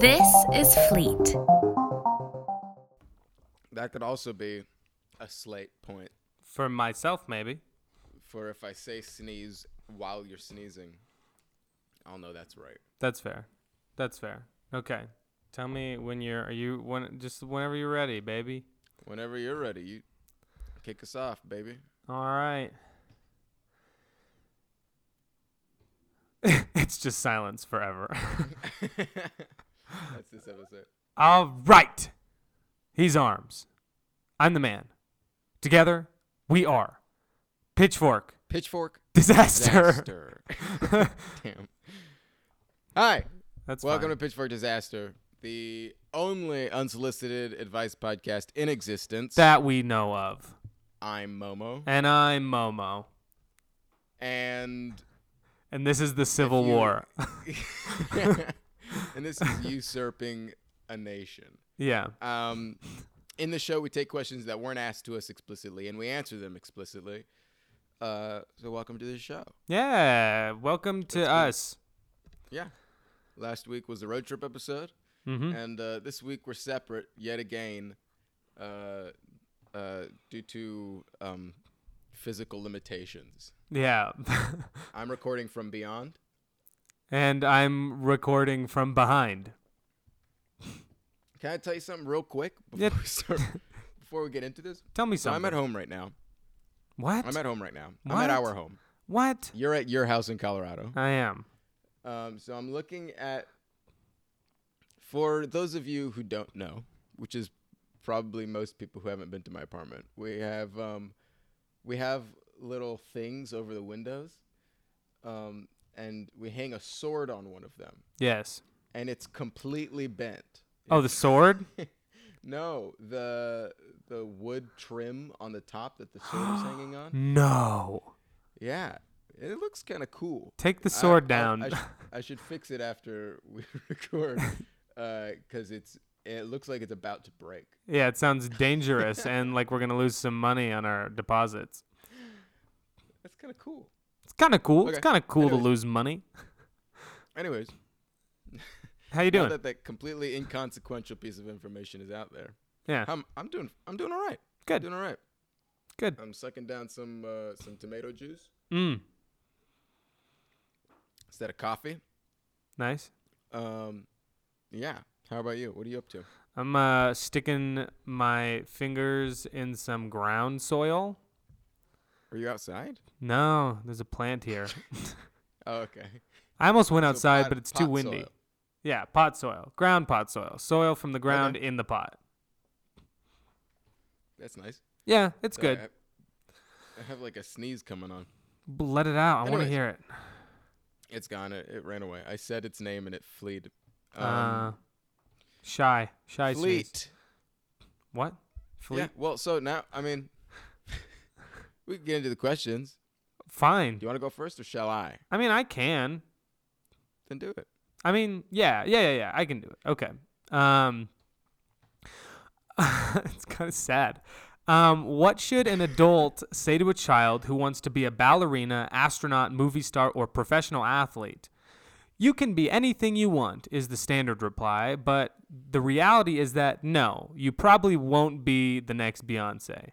This is Fleet. That could also be a slight point For myself, maybe. for if I say sneeze while you're sneezing, I'll know that's right. That's fair. That's fair. Okay. Tell me when you're. Are you when? Just whenever you're ready, baby. Whenever you're ready, you kick us off, baby. All right. it's just silence forever. That's this episode. All right. He's arms. I'm the man. Together, we are. Pitchfork. Pitchfork Disaster. disaster. Damn. Hi. That's Welcome fine. to Pitchfork Disaster, the only unsolicited advice podcast in existence. that we know of. I'm Momo. And I'm Momo. And And this is the Civil you- War. and this is usurping a nation. yeah. Um, in the show, we take questions that weren't asked to us explicitly, and we answer them explicitly. Uh, so welcome to the show. Yeah. Welcome to us. Yeah. Last week was the road trip episode, Mhm. and uh, this week we're separate yet again, uh, uh, due to um, physical limitations. Yeah. I'm recording from beyond. and I'm recording from behind. Can I tell you something real quick before, Yep. we, start, before we get into this? Tell me So something. I'm at home right now. What? I'm at home right now. I'm What? at our home. what? You're at your house in Colorado. I am. Um, so I'm looking at, for those of you who don't know, which is probably most people who haven't been to my apartment, we have um, we have little things over the windows, um, and we hang a sword on one of them, Yes. and it's completely bent. Oh, the sword? No, the the wood trim on the top that the sword is hanging on. No. Yeah, it looks kind of cool. Take the I- sword I- down. I, sh- I should fix it after we record, because it's it looks like it's about to break. yeah, it sounds dangerous and like we're going to lose some money on our deposits. That's kind of cool. It's kind of cool. Okay. It's kind of cool Anyways. to lose money. Anyways, How you now doing? that that completely inconsequential piece of information is out there, yeah. I'm I'm doing I'm doing all right. Good. Doing all right. Good. I'm sucking down some uh, some tomato juice Mm. instead of coffee. Nice. Um, yeah. How about you? What are you up to? I'm uh, sticking my fingers in some ground soil. Are you outside? No, there's a plant here. Oh, okay. I almost went So outside, pot- but it's too pot windy. soil. Yeah, pot soil, ground pot soil, soil from the ground in the pot. That's nice. Yeah, it's Sorry, good. I, I have like a sneeze coming on. B- Let it out. I want to Anyways. hear it. It's gone. It, it ran away. I said its name and it fleed. uh, shy, shy um, fleet. sneeze. What? Fleet. Yeah. Well, so now I mean, we can get into the questions. Fine. Do you want to go first or shall I? I mean, I can. Then do it. I mean, yeah, yeah, yeah, yeah. I can do it. Okay. Um, it's kind of sad. Um, what should an adult say to a child who wants to be a ballerina, astronaut, movie star, or professional athlete? You can be anything you want, is the standard reply, but the reality is that no, you probably won't be the next Beyonce.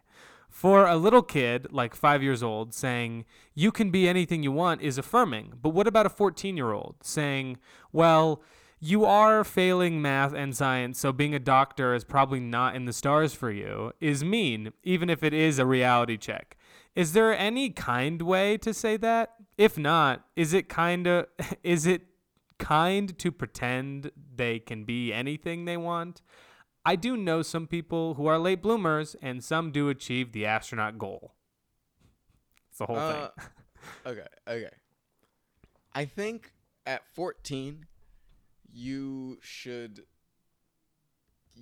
For a little kid, like five years old, saying, you can be anything you want is affirming, but what about a 14 year old saying, well, you are failing math and science, so being a doctor is probably not in the stars for you, is mean, even if it is a reality check. Is there any kind way to say that? If not, is it kind of is it kind to pretend they can be anything they want? I do know some people who are late bloomers and some do achieve the astronaut goal. It's the whole Uh, thing. okay. Okay. I think at 14, you should.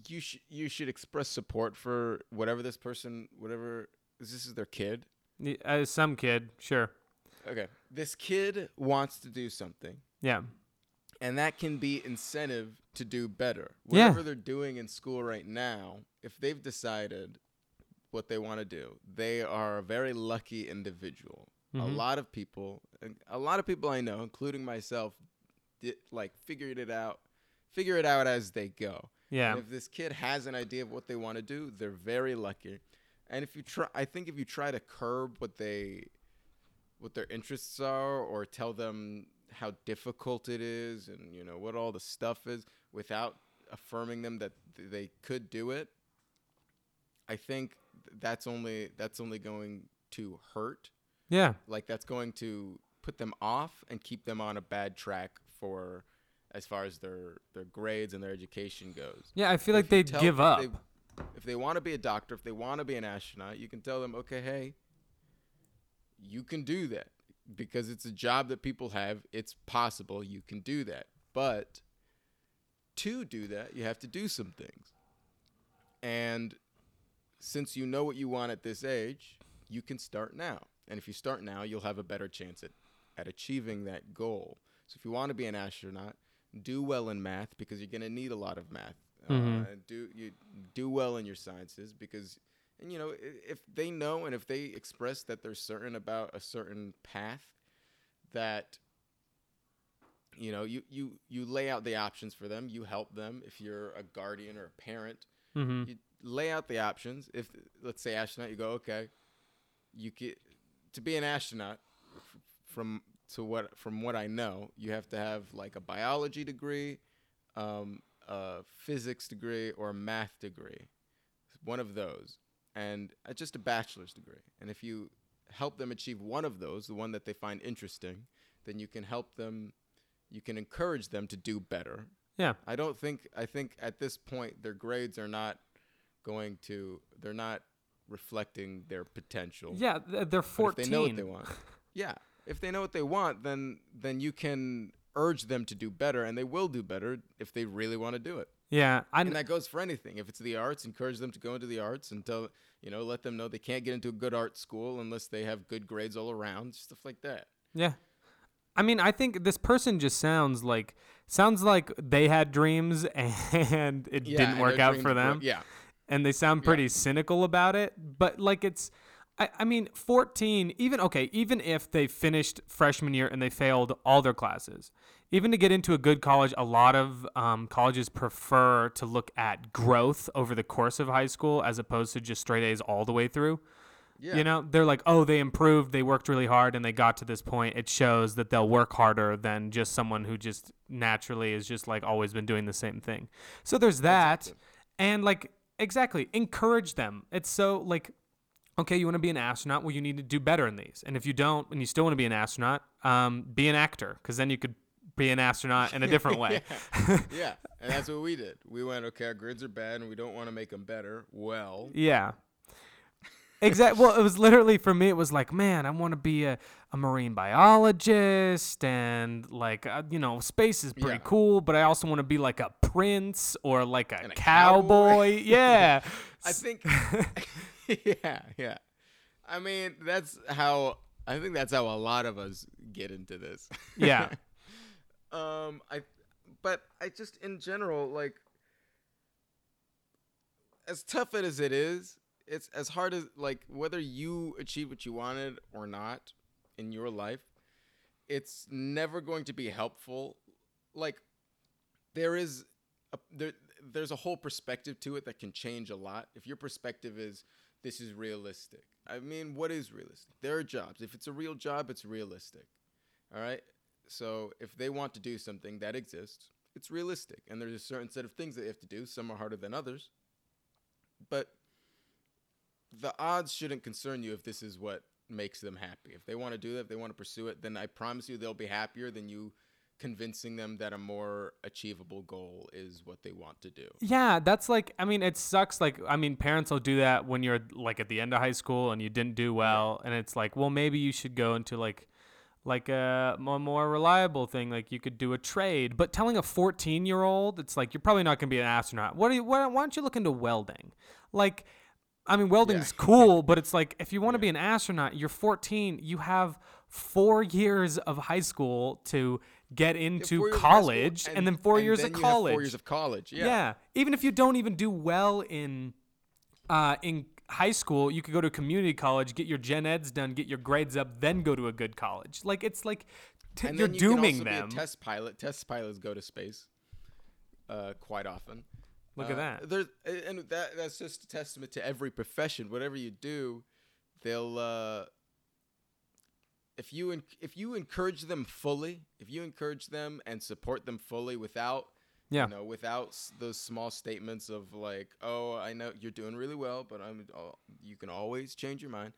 You should you should express support for whatever this person whatever 'cause this is their kid. Y- Uh, some kid, sure. Okay, this kid wants to do something. Yeah. and that can be incentive to do better. Yeah. Whatever they're doing in school right now, if they've decided what they want to do, they are a very lucky individual. A Mhm. lot of people, and a lot of people I know, including myself, did, like figured it out figure it out as they go. Yeah. And if this kid has an idea of what they want to do, they're very lucky. And if you try, I think if you try to curb what they, what their interests are, or tell them how difficult it is, and you know what all the stuff is, without affirming them that th- they could do it, I think th- that's only that's only going to hurt. Yeah. Like that's going to put them off and keep them on a bad track for as far as their their grades and their education goes Yeah, I feel like if you they'd tell give them up. they- if they want to be a doctor, if they want to be an astronaut, you can tell them, okay, hey, you can do that because it's a job that people have. It's possible you can do that. But to do that, you have to do some things. And since you know what you want at this age, you can start now. And if you start now, you'll have a better chance at, at achieving that goal. So if you want to be an astronaut, do well in math because you're going to need a lot of math. Uh, do you do well in your sciences because and you know i- if they know and if they express that they're certain about a certain path that you know you you you lay out the options for them you help them if you're a guardian or a parent hmm you lay out the options. If let's say astronaut, you go okay. You get to be an astronaut. f- From to what from what I know, you have to have like a biology degree, um, a physics degree, or a math degree, one of those, and uh, just a bachelor's degree. And if you help them achieve one of those, the one that they find interesting, then you can help them. You can encourage them to do better Yeah. I don't think I think at this point their grades are not going to they're not reflecting their potential. Yeah, th- they're But 14. if they know what they want. Yeah. If they know what they want, then then you can urge them to do better and they will do better if they really want to do it. Yeah, I kn- And that goes for anything. If it's the arts, encourage them to go into the arts and tell you know, let them know they can't get into a good art school unless they have good grades all around, stuff like that. yeah. I mean, I think this person just sounds like sounds like they had dreams and it Yeah, didn't and work their out dreams for were- them. Yeah. and they sound pretty cynical about it. But like it's, I, I mean, 14, even okay, even if they finished freshman year and they failed all their classes, even to get into a good college, a lot of um, colleges prefer to look at growth over the course of high school as opposed to just straight A's all the way through. Yeah. You know, they're like, oh, they improved, they worked really hard, and they got to this point. It shows that they'll work harder than just someone who just naturally is just like always been doing the same thing. So there's that. And like, exactly, encourage them. It's so like, okay, you want to be an astronaut? Well, you need to do better in these. And if you don't, and you still want to be an astronaut, um, be an actor, because then you could be an astronaut in a different way. Yeah, and that's what we did. We went, okay, our grids are bad, and we don't want to make them better. Well, Yeah. Exactly. well, it was literally for me. It was like, man, I want to be a, a marine biologist, and like, uh, you know, space is pretty Yeah. cool. But I also want to be like a prince or like a, And a cowboy. cowboy. yeah. I think, yeah, yeah. I mean, that's how I think that's how a lot of us get into this. Yeah. um, I, but I just in general like, as tough it as it is, it's as hard as like whether you achieve what you wanted or not in your life, it's never going to be helpful. Like, there is a, there there's a whole perspective to it that can change a lot if your perspective is this is realistic i mean what is realistic there are jobs if it's a real job it's realistic all right so if they want to do something that exists it's realistic and there's a certain set of things that you have to do some are harder than others but the odds shouldn't concern you if this is what makes them happy if they want to do that if they want to pursue it then i promise you they'll be happier than you convincing them that a more achievable goal is what they want to do. Yeah, that's like I mean, it sucks. Like I mean, parents will do that when you're like at the end of high school and you didn't do well, and it's like, well, maybe you should go into like like a more, more reliable thing. Like you could do a trade. But telling a 14 year old, it's like you're probably not gonna be an astronaut. What? Are you, why, why don't you look into welding? Like, I mean, welding's cool, but it's like if you want to be an astronaut, you're 14. You have four years of high school to get Four into years of high school college, and, then four years then of you have college. Four years of college. Yeah. Yeah. Even if you don't even do well in uh, in high school, you could go to a community college, get your gen eds done, get your grades up, then go to a good college. Like it's like t- And you're then you dooming can also them. Be a test pilot. Test pilots go to space. uh, quite often. Look at Uh, that. There's a- and that that's just a testament to every profession. Whatever you do, they'll uh, if you en- if you encourage them fully, if you encourage them and support them fully without Yeah. you know without s- those small statements of like, oh, I know you're doing really well, but I'm al- you can always change your mind.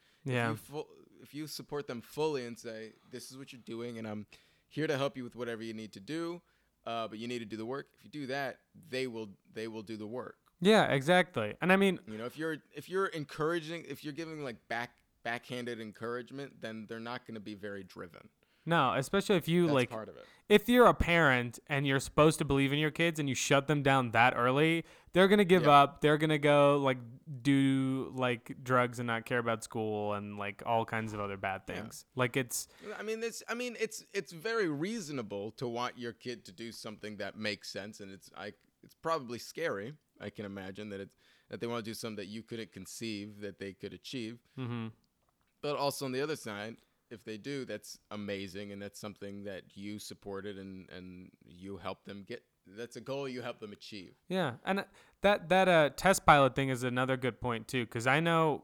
If Yeah. you, fu- if you support them fully and say this is what you're doing and I'm here to help you with whatever you need to do, uh, but you need to do the work. If you do that, they will they will do the work. Yeah, exactly. And I mean, You know, if you're if you're encouraging, if you're giving like back backhanded encouragement, then they're not going to be very driven. no, especially if you That's like part of it. if you're a parent and you're supposed to believe in your kids and you shut them down that early, they're gonna give Yeah. up. They're gonna go like do like drugs and not care about school and like all kinds of other bad things. Like it's I mean, it's I mean, it's it's very reasonable to want your kid to do something that makes sense, and it's I it's probably scary. I can imagine that it's that they want to do something that you couldn't conceive that they could achieve. mm-hmm. But also on the other side, if they do, that's amazing, and that's something that you supported and and you helped them get. That's a goal you help them achieve. Yeah, and uh, that that uh, test pilot thing is another good point too, because I know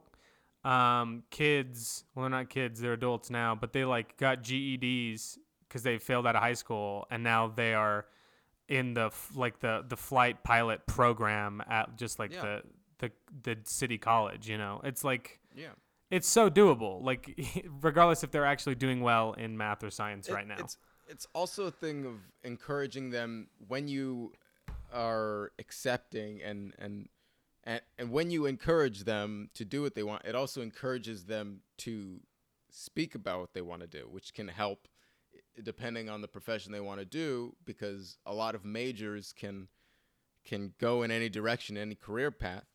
um, kids. Well, they're not kids; they're adults now, but they like got GEDs because they failed out of high school, and now they are in the f- like the the flight pilot program at just like Yeah. the the the city college. You know, it's like Yeah, it's so doable. Like regardless if they're actually doing well in math or science It- right now. It's it's also a thing of encouraging them when you are accepting and and and, and when you encourage them to do what they want, it also encourages them to speak about what they want to do, which can help i- depending on the profession they want to do because a lot of majors can can go in any direction, any career path.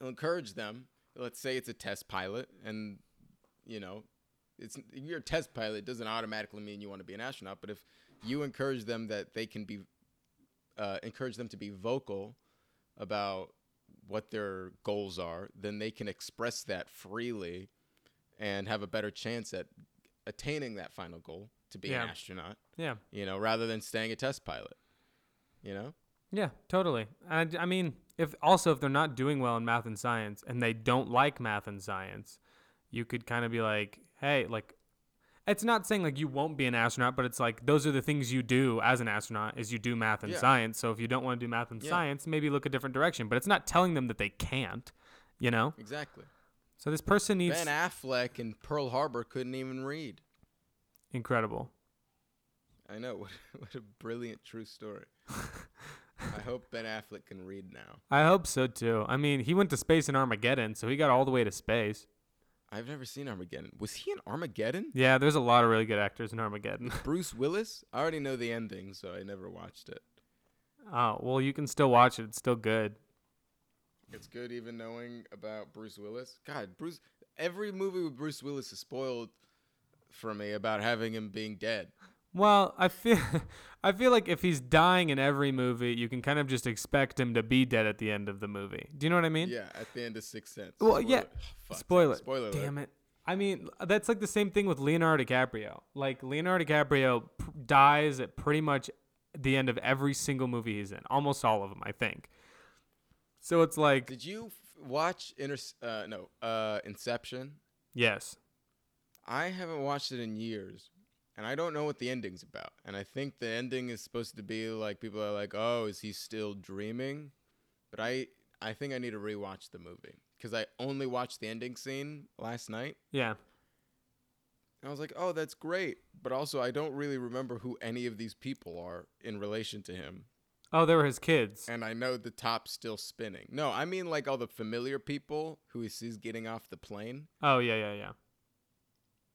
It'll encourage them. Let's say it's a test pilot and you know, it's if you're a test pilot it doesn't automatically mean you want to be an astronaut but if you encourage them that they can be uh, encourage them to be vocal about what their goals are then they can express that freely and have a better chance at attaining that final goal to be an Yeah. astronaut yeah. you know rather than staying a test pilot you know Yeah, totally. I, I mean, if also if they're not doing well in math and science and they don't like math and science, you could kind of be like, hey, like it's not saying like you won't be an astronaut, but it's like those are the things you do as an astronaut is you do math and Yeah. science. So if you don't want to do math and Yeah. science, maybe look a different direction, but it's not telling them that they can't, you know? exactly So this person needs ben affleck in pearl harbor couldn't even read incredible. i know what, what a brilliant true story i hope ben affleck can read now I hope so too. I mean, he went to space in Armageddon, so he got all the way to space. I've never seen Armageddon. Was he in Armageddon? Yeah, there's a lot of really good actors in Armageddon. Bruce Willis? I already know the ending, so I never watched it. Oh, well, you can still watch it. It's still good. It's good even knowing about Bruce Willis. God, Bruce every movie with Bruce Willis is spoiled for me about having him being dead. Well, I feel I feel like if he's dying in every movie, you can kind of just expect him to be dead at the end of the movie. Do you know what I mean? Yeah, at the end of Sixth Sense. Well, yeah. Fuck, Spoiler. Spoiler. Damn it. I mean, that's like the same thing with Leonardo DiCaprio. Like Leonardo DiCaprio p- dies at pretty much the end of every single movie he's in. Almost all of them, I think. So it's like Did you f- watch Inter- uh no, uh Inception? yes. I haven't watched it in years, and I don't know what the ending's about. And I think the ending is supposed to be like people are like, "Oh, is he still dreaming?" But I, I think I need to rewatch the movie because I only watched the ending scene last night. Yeah. And I was like, "Oh, that's great," but also I don't really remember who any of these people are in relation to him. Oh, they were his kids. And I know the top's still spinning. No, I mean like all the familiar people who he sees getting off the plane, Oh, yeah, yeah, yeah.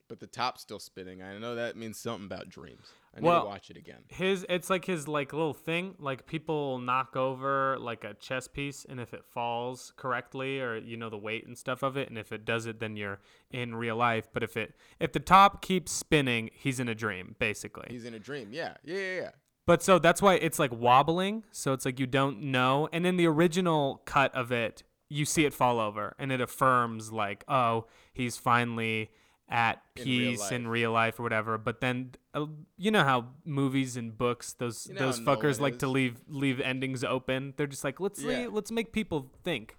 but the top's still spinning. I know that means something about dreams. I need Well, to watch it again. his it's like his like little thing like people knock over like a chess piece and if it falls correctly or you know the weight and stuff of it and if it does it then you're in real life but if it if the top keeps spinning he's in a dream basically He's in a dream. Yeah. Yeah. Yeah. yeah. but so that's why it's like wobbling so it's like you don't know and in the original cut of it you see it fall over and it affirms like oh he's finally at In real peace in real, life. life or whatever. But then uh, you know how movies and books those You know those how fuckers Nolan like to is. leave leave endings open. They're just like let's Yeah. lea- let's make people think,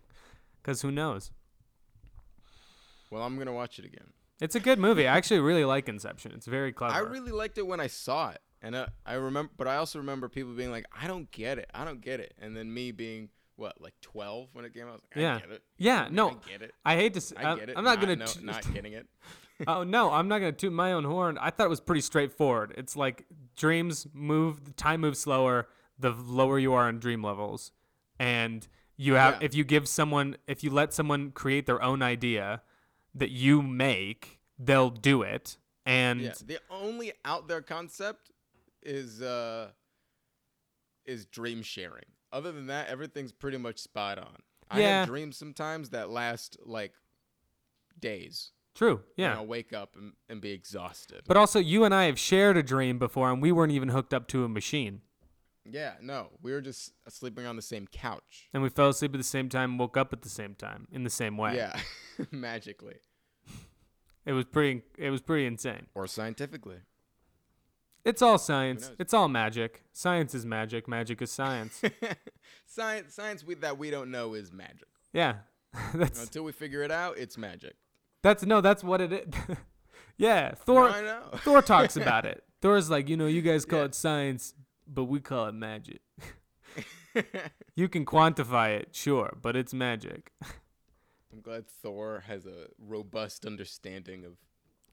because who knows? Well, I'm gonna watch it again. It's a good movie. I actually really like Inception. It's very clever. I really liked it when I saw it, and I, I remember, but I also remember people being like, "I don't get it, I don't get it," and then me being what, like 12 when it came out. I was like, I yeah get it. yeah no I get it. I hate to say I get it. I'm not gonna know, t- not getting it. oh no, I'm not gonna toot my own horn. I thought it was pretty straightforward. It's like dreams move, time moves slower the lower you are in dream levels, and you have Yeah. if you give someone if you let someone create their own idea that you make, they'll do it. And Yeah, the only out there concept is uh is dream sharing. Other than that, everything's pretty much spot on. I Yeah. have dreams sometimes that last like days. true, and yeah. I'll wake up and, and be exhausted. But also, you and I have shared a dream before, and we weren't even hooked up to a machine, yeah, no, we were just sleeping on the same couch. and we fell asleep at the same time, woke up at the same time, in the same way. Yeah, magically it was pretty. It was pretty insane. or scientifically. It's all science. knows? It's all magic. Science is magic. Magic is science. science, science we, that we don't know is magic. yeah. that's Until we figure it out, it's magic. that's no, that's what it is. yeah, Thor I know. Thor talks about it. Thor's like, "You know, you guys call it science, but we call it magic. I'm You can quantify it, sure, but it's magic." glad Thor has a robust understanding of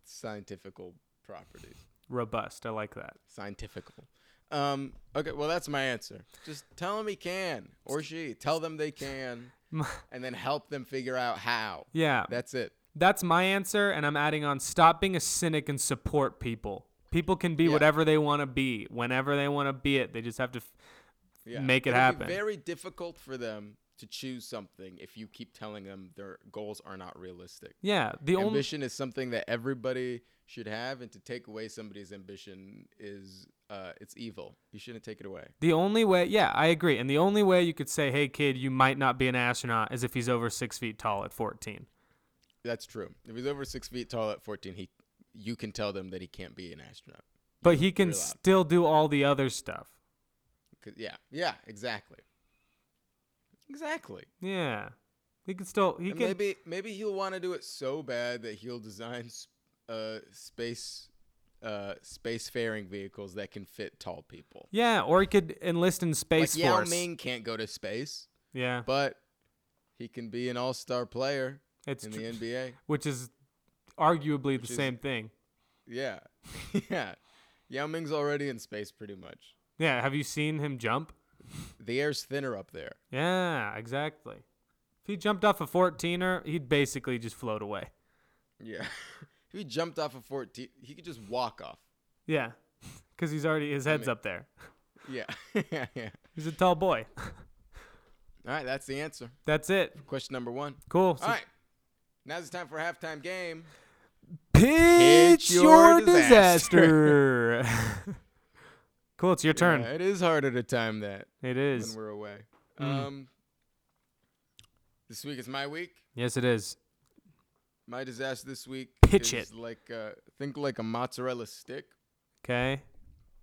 scientifical properties. Robust. I like that. Scientifical. Um, okay, well that's my answer. Just tell them he can or she. Tell them they can, and then help them figure out how. Yeah. That's it. That's my answer, and I'm adding on stop being a cynic and support people. People can be Yeah. whatever they want to be, whenever they want to be it. They just have to f- Yeah. Make it It'll be happen. very difficult for them to choose something if you keep telling them their goals are not realistic. Yeah, the only ambition is something that everybody should have, and to take away somebody's ambition is uh, it's evil. You shouldn't take it away. The only way, yeah, I agree. And the only way you could say, hey, kid, you might not be an astronaut is if he's over six feet tall at 14. That's true. If he's over six feet tall at 14, he you can tell them that he can't be an astronaut. But he can allowed. still do all the other stuff. 'Cause- yeah, yeah, exactly, exactly. Yeah. He can still, he And can. maybe maybe he'll want to do it so bad that he'll design s- uh, space uh, spacefaring vehicles that can fit tall people. yeah, or he could enlist in Space like Yao Force. Ming can't go to space, yeah, but he can be an all-star player it's in tr- the NBA. which is arguably Which the is- same thing. Yeah, yeah. Yao Ming's already in space pretty much. Yeah, have you seen him jump? The air's thinner up there. Yeah, exactly. If he jumped off a 14er, he'd basically just float away. Yeah. if he jumped off a 14, he could just walk off. Yeah, because he's already, his head's mean- up there. Yeah. yeah, yeah. He's a tall boy. All right, that's the answer. That's it. Question number one. Cool. So All right. Now's the time for a halftime game. Pitch Pitch your your disaster. cool, it's your turn. Yeah, it is harder to time that It is. when we're away. Mm. Um, this week is my week. Yes, it is. My disaster this week. Pitch is it. Like uh, think like a mozzarella stick, Okay.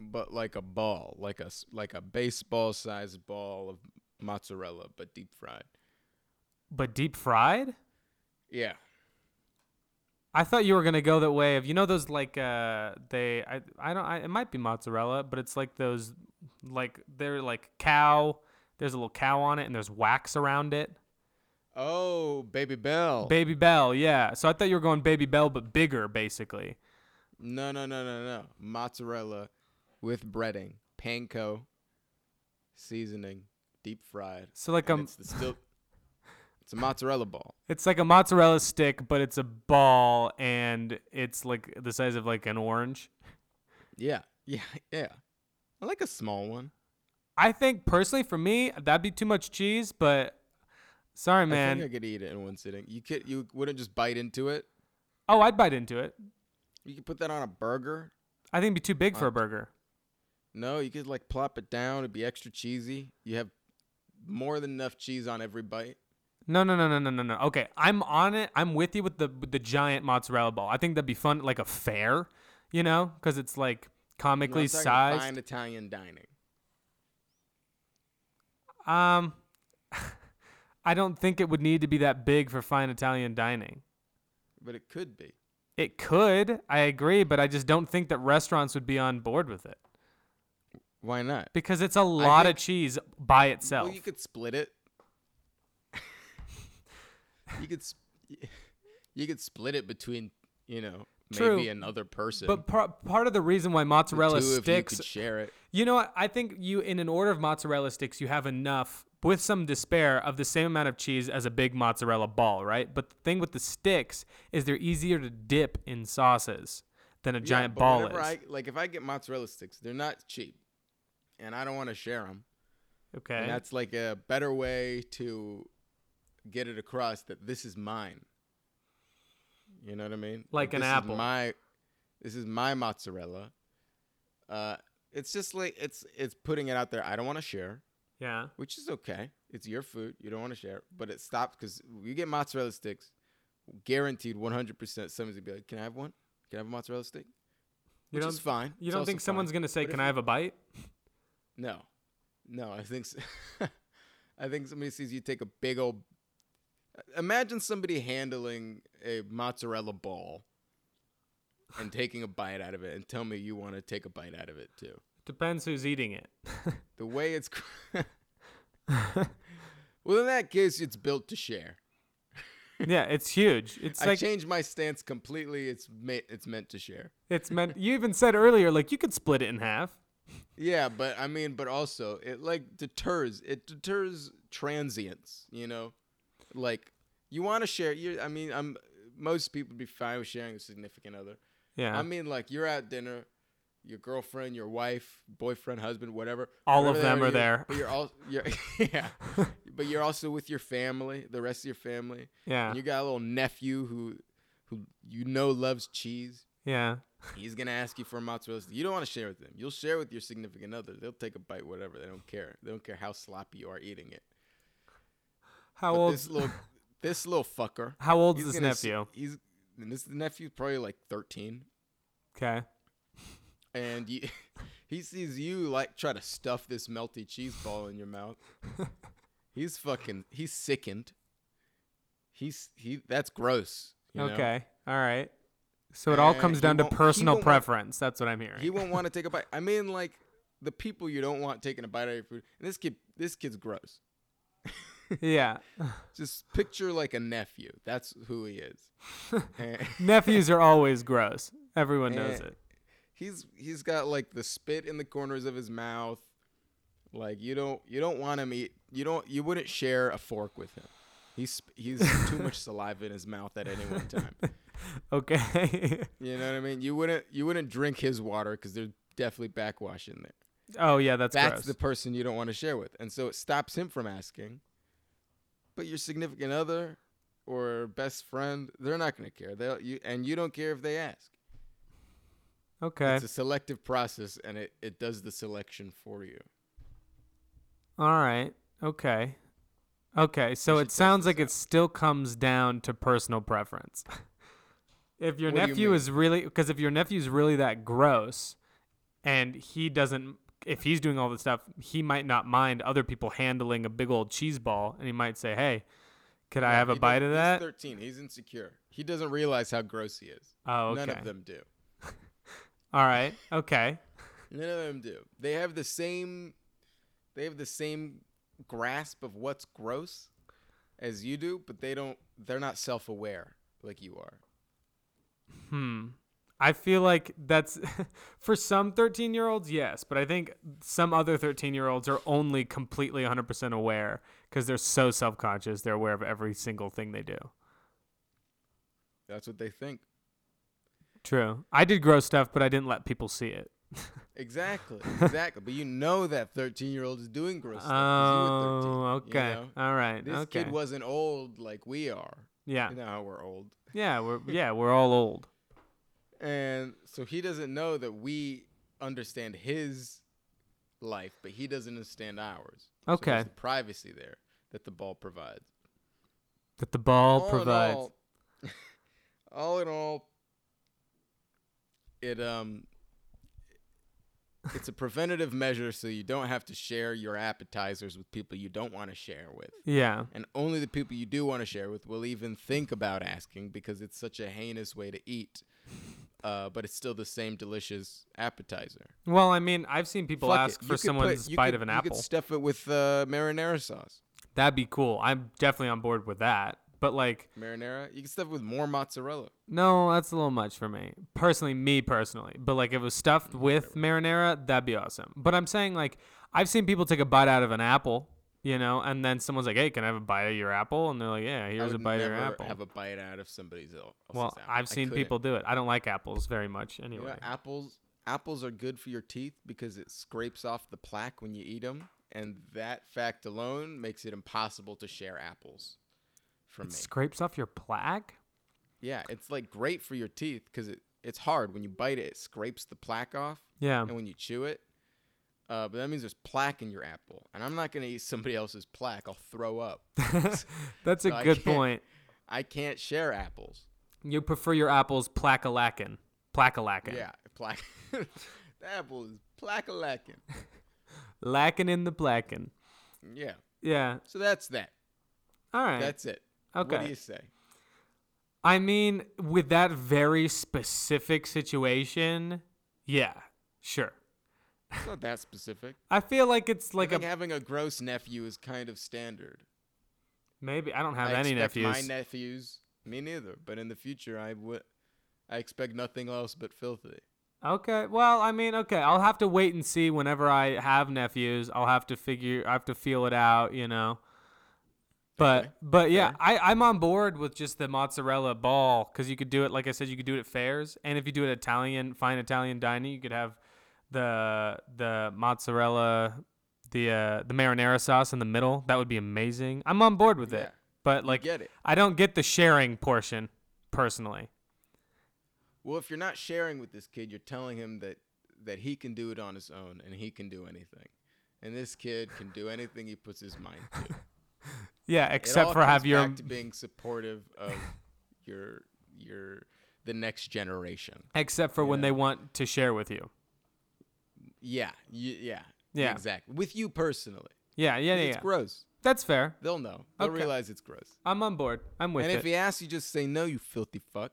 but like a ball, like a s- like a baseball sized ball of mozzarella, but deep fried. But deep fried? Yeah. I thought you were gonna go that way of you know those like uh they I I don't I, it might be mozzarella but it's like those like they're like cow there's a little cow on it and there's wax around it Oh, baby bell. baby bell yeah so I thought you were going baby bell but bigger basically no, no, no, no, no. Mozzarella with breading, panko, seasoning, deep fried. so like and um it's the still. It's a mozzarella ball. It's like a mozzarella stick, but it's a ball and it's like the size of like an orange. Yeah, yeah, yeah. I like a small one. I think personally for me, that'd be too much cheese, but sorry I think man. I could eat it in one sitting. You could, you wouldn't just bite into it. Oh, I'd bite into it. You could put that on a burger. I think it'd be too big for a burger. No, you could like plop it down. It'd be extra cheesy. You have more than enough cheese on every bite. No, no, no, no, no, no, no. Okay, I'm on it. I'm with you with the with the giant mozzarella ball. I think that'd be fun, like a fair, you know, because it's like No, I'm comically talking sized. Fine Italian dining. Um, I don't think it would need to be that big for fine Italian dining. But it could be. It could, I agree, but I just don't think that restaurants would be on board with it Why not? because it's a lot think- of cheese by itself. Well, you could split it. you could sp- you could split it between, you know, maybe True. another person. but par- part of the reason why the mozzarella two of sticks you could share it. You know what? I think you, in an order of mozzarella sticks, you have enough with some despair of the same amount of cheese as a big mozzarella ball, right? But the thing with the sticks is they're easier to dip in sauces than a Yeah, giant but ball is. whenever I, like if I get mozzarella sticks, they're not cheap, and I don't want to share them. okay. And that's like a better way to get it across that this is mine. You know what I mean? Like an this apple. Is my, this is my mozzarella. Uh, it's just like it's it's putting it out there. I don't want to share, yeah. which is okay. It's your food. You don't want to share, but it stops because you get mozzarella sticks, guaranteed 100%. Somebody's gonna be like, "Can I have one? Can I have a mozzarella stick?" You Which don't, is fine. You It's don't also think someone's fine. going to say, But if Can I you- have a bite? no, no. I think s I think somebody sees you take a big old. Imagine somebody handling a mozzarella ball and taking a bite out of it, and tell me you want to take a bite out of it too. Depends who's eating it. The way it's. well, in that case, it's built to share. yeah, it's huge. It's I like, changed my stance completely. It's ma- it's meant to share. it's meant, you even said earlier, like, you could split it in half. Yeah, but I mean, but also it like deters it deters transients. You know, like you want to share. You, I mean, I'm most people would be fine with sharing a significant other. Yeah. I mean, like you're at dinner, your girlfriend, your wife, boyfriend, husband, whatever. All whatever of they them are you're- there. But you're all you're, yeah, but you're also with your family, the rest of your family. yeah. And you got a little nephew who who you know loves cheese. yeah. He's gonna ask you for a mozzarella stick. You don't want to share with them. You'll share with your significant other. They'll take a bite, whatever. They don't care. They don't care how sloppy you are eating it. How But old's this little, this little fucker. How old's he's this gonna s- nephew? He's and this nephew's probably like thirteen, Okay. and you, he sees you like try to stuff this melty cheese ball in your mouth. He's fucking. He's sickened. He's he. That's gross. you know? Okay. All right. So it all Uh, comes he down to won't- he personal won't want- preference. That's what I'm hearing. He won't want to take a bite. I mean, like the people you don't want taking a bite out of your food. And this kid, this kid's gross. yeah. Just picture like a nephew. That's who he is. And Nephews are always gross. Everyone knows Eh. it. he's he's got like the spit in the corners of his mouth. Like you don't you don't want him eat. You don't you wouldn't share a fork with him. He's he's too much saliva in his mouth at any one time. Okay. You know what I mean? You wouldn't you wouldn't drink his water because there's definitely backwash in there. oh yeah, that's, that's gross. the person you don't want to share with. And so it stops him from asking. But your significant other or best friend, they're not going to care. They'll you and you don't care if they ask. okay. It's a selective process and it, it does the selection for you. all right. Okay. Okay. So it sounds like it still comes down to personal preference. if your What do you nephew mean? is really because if your nephew's really that gross and he doesn't if he's doing all this stuff, he might not mind other people handling a big old cheese ball and he might say, "Hey, could I Yeah, have a he bite does- of that?" He's 13. He's insecure. He doesn't realize how gross he is. Oh, None okay. of them do. All right. Okay. None of them do. They have the same they have the same grasp of what's gross as you do, but they don't they're not self-aware like you are. Hmm. I feel like that's for some 13 year olds, yes, but I think some other 13 year olds are only completely 100% aware because they're so self conscious. They're aware of every single thing they do. That's what they think. True. I did gross stuff, but I didn't let people see it. Exactly, exactly. but you know that 13 year old is doing gross stuff. 'cause you were 13, Oh, you okay. know? All right. This okay. kid wasn't old like we are. yeah. You know how we're old. Yeah. We're, yeah. We're all old. And so he doesn't know that we understand his life, but he doesn't understand ours. So there's Okay. the privacy there that the ball provides. that the ball all provides. In all, all in all, it um, it's a preventative measure so you don't have to share your appetizers with people you don't want to share with, Yeah. and only the people you do want to share with will even think about asking because it's such a heinous way to eat. Uh, but it's still the same delicious appetizer. Well, I mean, I've seen people Fuck ask it. You for could put- someone's you bite could- of an You apple. could stuff it with uh, marinara sauce. That'd be cool. I'm definitely on board with that. But like, Marinara. You could stuff it with more mozzarella. no, that's a little much for me. Personally, me personally. But like if it was stuffed Mm-hmm. with marinara, that'd be awesome. But I'm saying like I've seen people take a bite out of an apple, you know, and then someone's like, "Hey, can I have a bite of your apple?" And they're like, "Yeah, I here's a would bite of never your apple." Have a bite out of somebody's el- else's well, apple. I I've seen couldn't. people do it. I don't like apples very much You anyway. know, apples. Apples are good for your teeth because it scrapes off the plaque when you eat them, and that fact alone makes it impossible to share apples. For it me, scrapes off your plaque? yeah, it's like great for your teeth because it, it's hard when you bite it. It scrapes the plaque off, Yeah. and when you chew it. Uh, but that means there's plaque in your apple, and I'm not gonna eat somebody else's plaque. I'll throw up. That's a So I good can't- point. I can't share apples. You prefer your apples plaque-a-lackin'. Plaque-a-lackin'. Yeah, plaque. the apple is plaque lacking. Lacking in the plackin'. Yeah. Yeah. So that's that. All right. That's it. What Okay. do you say? I mean, with that very specific situation, yeah, sure. It's not that specific. I feel like it's Like like a having a gross nephew is kind of standard. maybe I don't have I any expect nephews. My nephews, me neither. But in the future, I would. I expect nothing else but filthy. okay, well, I mean, okay, I'll have to wait and see whenever I have nephews. I'll have to figure, I have to feel it out, you know. But Okay, but yeah, fair. I I'm on board with just the mozzarella ball because you could do it. Like I said, you could do it at fairs, and if you do it at Italian, fine Italian dining, you could have the the mozzarella, the uh, the marinara sauce in the middle. That would be amazing. I'm on board with Yeah, it, but like get it. I don't get the sharing portion personally. Well, if you're not sharing with this kid, you're telling him that that he can do it on his own and he can do anything. And this kid can do anything he puts his mind to. Yeah, It except all for have comes your back to being supportive of your your the next generation. except for when Yeah. they want to share with you. Yeah, y- yeah, Yeah. exactly. With you personally, Yeah, yeah, yeah. it's yeah. gross. That's fair. They'll know. They'll Okay. realize it's gross. I'm on board. I'm with and it. if he asks, you just say no, you filthy fuck.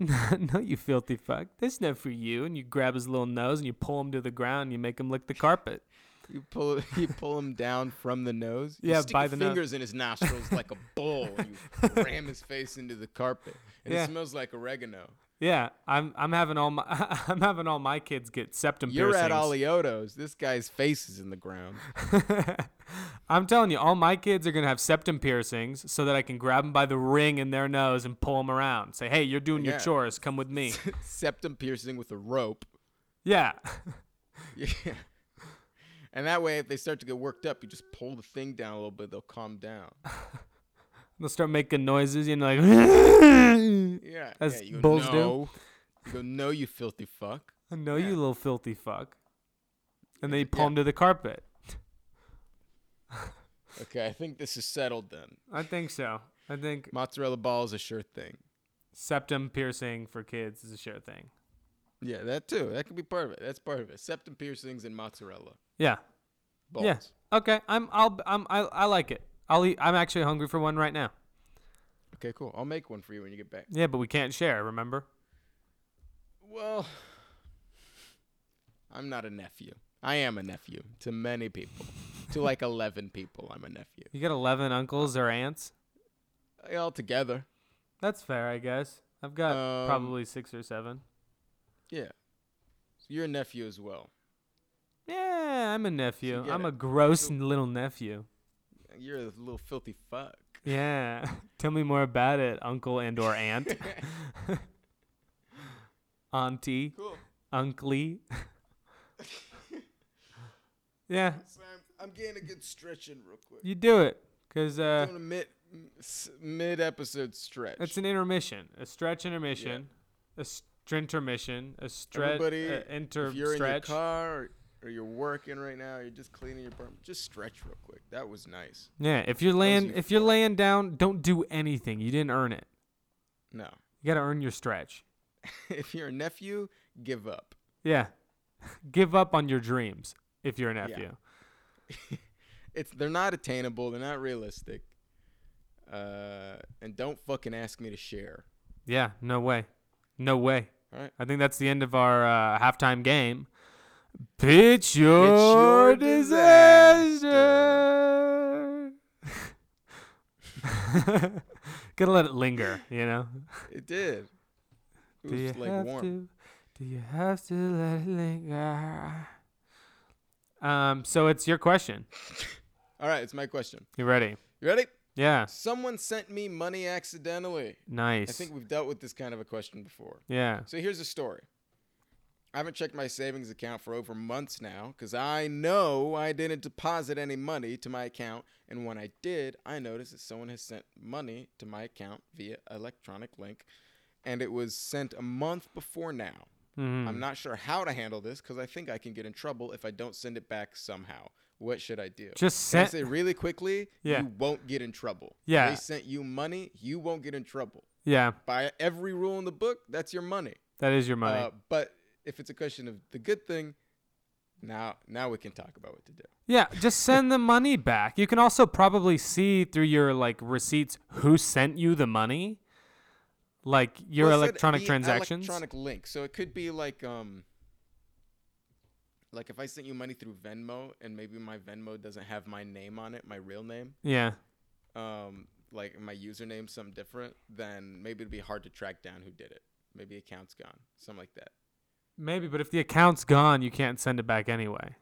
no, you filthy fuck. That's not for you. And you grab his little nose and you pull him to the ground and you make him lick the carpet. You pull you pull him down from the nose. You Yeah, stick by your the nose. fingers in his nostrils like a bull. and You ram his face into the carpet, and Yeah. it smells like oregano. Yeah, I'm I'm having all my I'm having all my kids get septum You're piercings. at Alioto's. This guy's face is in the ground. e- I'm telling you, all my kids are gonna have septum piercings so that I can grab them by the ring in their nose and pull them around. Say, hey, you're doing Yeah. your chores. Come with me. Septum piercing with a rope. yeah, Yeah. And that way, if they start to get worked up, you just pull the thing down a little bit. They'll calm down. they'll start making noises. You know, like Yeah. As yeah, you go, bulls do. no. You go, no, you filthy fuck. I know Yeah. you little filthy fuck. And then you pull Yeah. 'em to the carpet. Okay, I think this is settled then. I think so. I think Mozzarella ball is a sure thing. septum piercing for kids is a sure thing. Yeah, that too. That could be part of it. That's part of it. Septum piercings and mozzarella Yeah. balls. Yeah. Okay. I'm. I'll. I'm. I. I like it. I'll eat. I'm actually hungry for one right now. Okay, cool. I'll make one for you when you get back. Yeah, but we can't share. Remember? Well, I'm not a nephew. I am a nephew to many people. to like 11 people, I'm a nephew. You got eleven uncles or aunts. All together. That's fair, I guess. I've got Um, probably six or seven. Yeah. So you're a nephew as well. Yeah, I'm a nephew. get I'm it. a gross n- little nephew. You're a little filthy fuck. Yeah. Tell me more about it, uncle and or aunt. Auntie, Cool. uncly. yeah, So I'm, I'm getting a good stretch in real quick. you do it. Cause uh, Doing a mid mid episode stretch. It's an intermission, a stretch intermission, a strintermission, a stretch, Everybody, a inter if you're in your stretch. car, or you're working right now, you're just cleaning your apartment, just stretch real quick. That was nice. Yeah, if you're laying useful. if you're laying down, don't do anything. You didn't earn it. No. You gotta earn your stretch. if you're a nephew, give up. Yeah, give up on your dreams if you're a nephew. It's they're not attainable, they're not realistic. Uh, and don't fucking ask me to share. Yeah, no way. No way. All right. I think that's the end of our uh, halftime game. Pitch your, your disaster. Gotta let it linger, you know? It did. It do you was like have warm. to? Do you have to let it linger? Um, so it's your question. All right, it's my question. You ready? You ready? Yeah. Someone sent me money accidentally. Nice. I think we've dealt with this kind of a question before. yeah. So here's the story. I haven't checked my savings account for over months now because I know I didn't deposit any money to my account. And when I did, I noticed that someone has sent money to my account via electronic link. And it was sent a month before now. Mhm. I'm not sure how to handle this because I think I can get in trouble if I don't send it back somehow. What should I do? Just Can I send- say really quickly, Yeah. you won't get in trouble. Yeah. They sent you money, you won't get in trouble. Yeah. By every rule in the book, that's your money. That is your money. Uh, but if it's a question of the good thing, now now we can talk about what to do. Yeah, just send the money back. You can also probably see through your like receipts who sent you the money. Like your Well, it said electronic via transactions. Electronic link. So it could be like um like if I sent you money through Venmo and maybe my Venmo doesn't have my name on it, my real name, Yeah. um like my username something different, then maybe it'd be hard to track down who did it. Maybe account's gone, something like that. Maybe, but if the account's gone, you can't send it back anyway.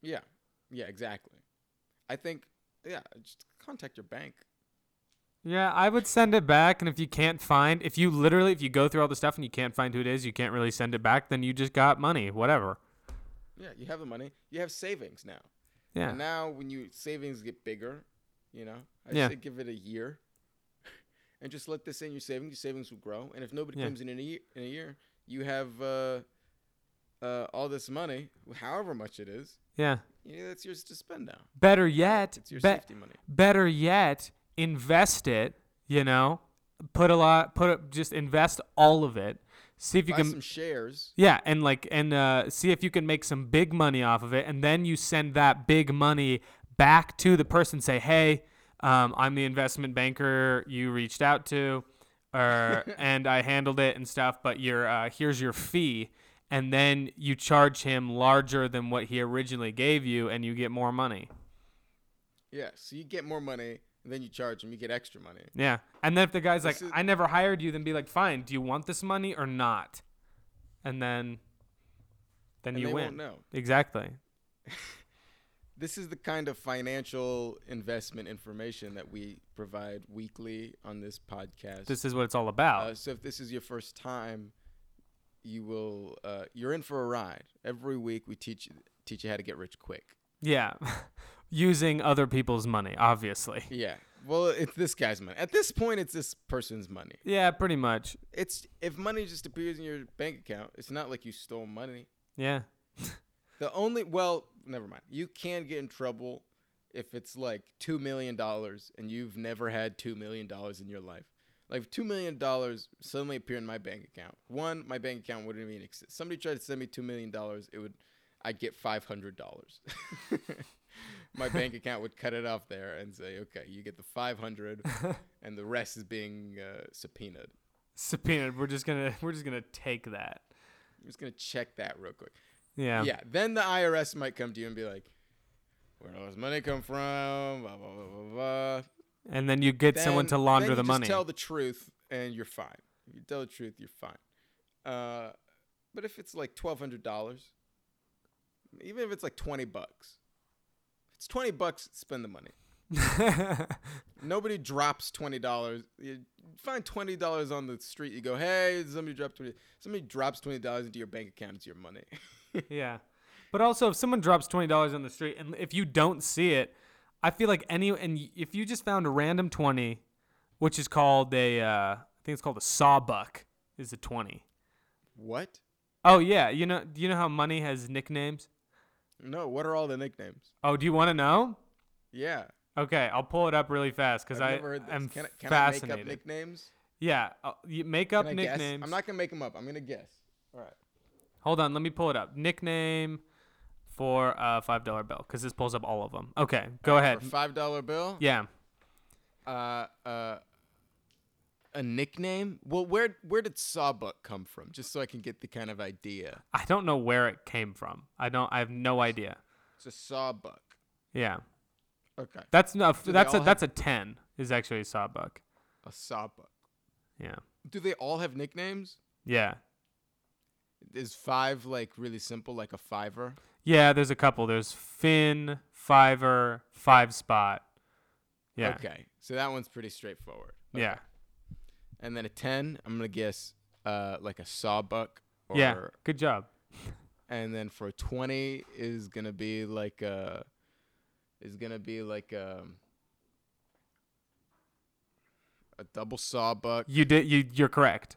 Yeah. Yeah, exactly. I think yeah, just contact your bank. Yeah, I would send it back and if you can't find if you literally if you go through all the stuff and you can't find who it is, you can't really send it back, then you just got money, whatever. Yeah, you have the money. You have savings now. Yeah. And now when you savings get bigger, you know, I Yeah. say give it a year, and just let this in your savings. Your savings will grow, and if nobody Yeah. comes in in a year, in a year, you have uh, uh, all this money, however much it is. yeah. You know, that's yours to spend now. Better yet, It's your be- safety money. better yet invest it you know put a lot put up just invest all of it see if you Buy can some shares. yeah and like and uh, see if you can make some big money off of it and then you send that big money back to the person say hey um, i'm the investment banker you reached out to or and i handled it and stuff but your uh, here's your fee and then you charge him larger than what he originally gave you and you get more money Yeah, so you get more money, and then you charge them. You get extra money. Yeah. And then if the guy's like, This is- I never hired you, then be like, fine, do you want this money or not? And then then And you they win. won't know. Exactly. This is the kind of financial investment information that we provide weekly on this podcast. This is what it's all about. Uh, so if this is your first time, you will uh, you're in for a ride. Every week we teach teach you how to get rich quick. yeah. Using other people's money, obviously. Yeah. Well, it's this guy's money. At this point, it's this person's money. Yeah, pretty much. It's if money just appears in your bank account, it's not like you stole money. Yeah. The only well, never mind. You can get in trouble if it's like two million dollars and you've never had two million dollars in your life. Like if two million dollars suddenly appear in my bank account. One, my bank account wouldn't even exist. Somebody tried to send me two million dollars, it would I'd get five hundred dollars. my bank account would cut it off there and say, "Okay, you get the five hundred, and the rest is being uh, subpoenaed." Subpoenaed. We're just gonna we're just gonna take that. I'm just gonna check that real quick. Yeah. Yeah. Then the IRS might come to you and be like, "Where does money come from?" Blah blah blah blah blah. And then you get someone Then- to then launder you the just money. Tell the truth, and you're fine. If you tell the truth, you're fine. Uh, but if it's like twelve hundred dollars, even if it's like twenty bucks, if it's twenty bucks. Spend the money. Nobody drops twenty dollars. You find twenty dollars on the street. You go, hey, somebody dropped twenty. Somebody drops twenty dollars into your bank account. It's your money. Yeah. But also, if someone drops twenty dollars on the street and if you don't see it, I feel like any and y- if you just found a random twenty, which is called a, uh, I think it's called a sawbuck, is a twenty. what? Oh yeah, you know, do you know how money has nicknames? No, what are all the nicknames? Oh, do you want to know? Yeah. Okay, I'll pull it up really fast because I've I never heard this. am can I, can fascinated. I make up nicknames? yeah, uh, you make up Can I guess? nicknames. I'm not gonna make them up. I'm gonna guess. All right. Hold on, let me pull it up. Nickname for a five dollar bill because this pulls up all of them. Okay, go ahead. Uh, For five dollar bill. yeah, Uh, uh, a nickname. Well, where where did Sawbuck come from? Just so I can get the kind of idea. I don't know where it came from. I don't. I have no idea. It's a Sawbuck. Yeah, Okay. that's enough. Do they that's a all have- that's a ten. Is actually a sawbuck. A Sawbuck. Yeah, Do they all have nicknames? yeah, Is five like really simple, like a fiver? yeah. There's a couple. There's Finn, Fiver, Five Spot. Yeah, Okay. So that one's pretty straightforward. yeah. And then a ten. I'm gonna guess uh like a Sawbuck. Or, Yeah, good job. and then for 20 is gonna be like a is gonna be like um, a a double sawbuck. You did. You you're correct.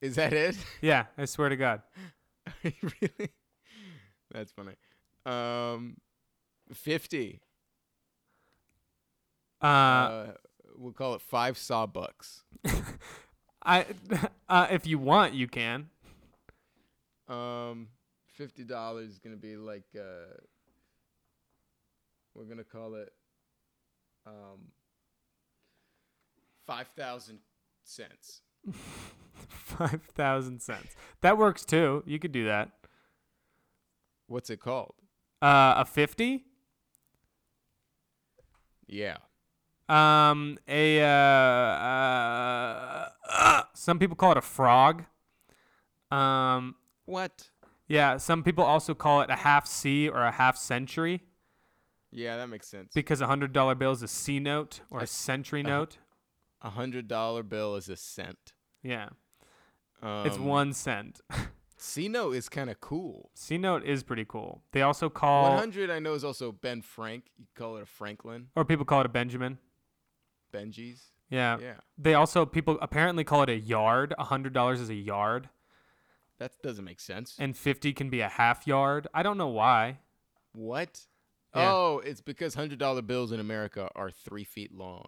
Is that it? Yeah, I swear to God. really? That's funny. Um, 50. Uh, Uh, we'll call it five sawbucks. I uh, if you want, you can. Um, fifty dollars is gonna be like uh, we're gonna call it um five thousand cents. Five thousand cents. That works too. You could do that. What's it called? Uh, a fifty. Yeah. Um, a uh, uh, uh, some people call it a frog. Um, What? yeah. Some people also call it a half C or a half century Yeah, that makes sense. because a hundred dollar bill is a C note or a century Uh-huh. note. A hundred dollar bill is a cent. Yeah, Um, it's one cent. C note is kind of cool. C note is pretty cool. They also call One hundred I know is also Ben Frank. You call it a Franklin, or people call it a Benjamin. Benji's. Yeah. Yeah, They also people apparently call it a yard. A hundred dollars is a yard, that doesn't make sense. and fifty can be a half yard. I don't know why. What? Yeah. Oh, it's because hundred dollar bills in America are three feet long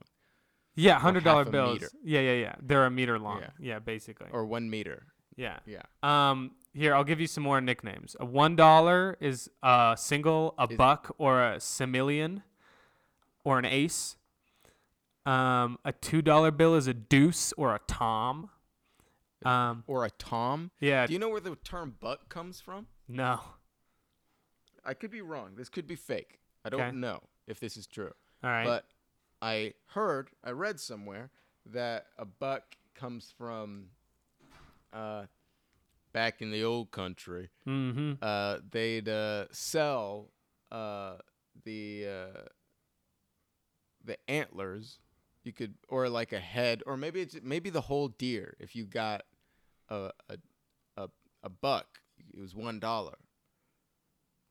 Yeah, hundred dollar half a bills. meter. Yeah, yeah, yeah. They're a meter long. Yeah, Yeah. basically. or one meter. yeah. Yeah. Um. Here, I'll give you some more nicknames. A one dollar is a single, a buck, or a simillion, or an ace. Um, a two dollar bill is a deuce or a tom. Um. Or a tom. Yeah. Do you know where the term buck comes from? no. I could be wrong. This could be fake. I Okay. don't know if this is true. All right. But I heard, I read somewhere that a buck comes from uh, back in the old country. mm-hmm. Uh, they'd uh, sell uh, the uh, the antlers. You could, or like a head, or maybe it's maybe the whole deer. If you got a a a, a buck, it was one dollar.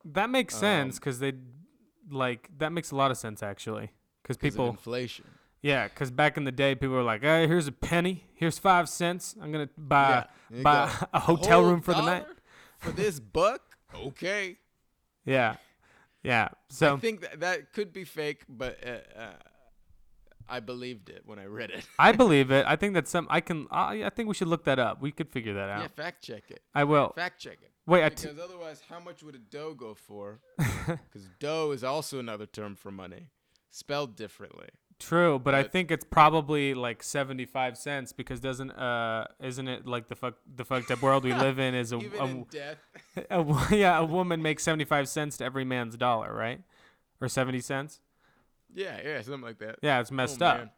That makes sense Um, because they like that makes a lot of sense actually. Because people, inflation. yeah, because back in the day, people were like, "Hey, here's a penny, here's five cents. I'm gonna buy Yeah, you buy got a hotel whole room for the night." dollar for this buck. Okay. Yeah, yeah. So I think that, that could be fake, but uh, uh, I believed it when I read it. I believe it. I think that's some. I can. I, I think we should look that up. We could figure that out. yeah, fact check it. I will. Fact check it. Wait, I t- Because otherwise, how much would a dough go for? Because dough is also another term for money, spelled differently. true, but I but- think it's probably like seventy-five cents because doesn't uh isn't it like the fuck the fucked up world we live in is a, Even a in death, a, wo- yeah, a woman makes 75 cents to every man's dollar, right? Or 70 cents? yeah, yeah, something like that. Yeah, it's messed Oh, up. man.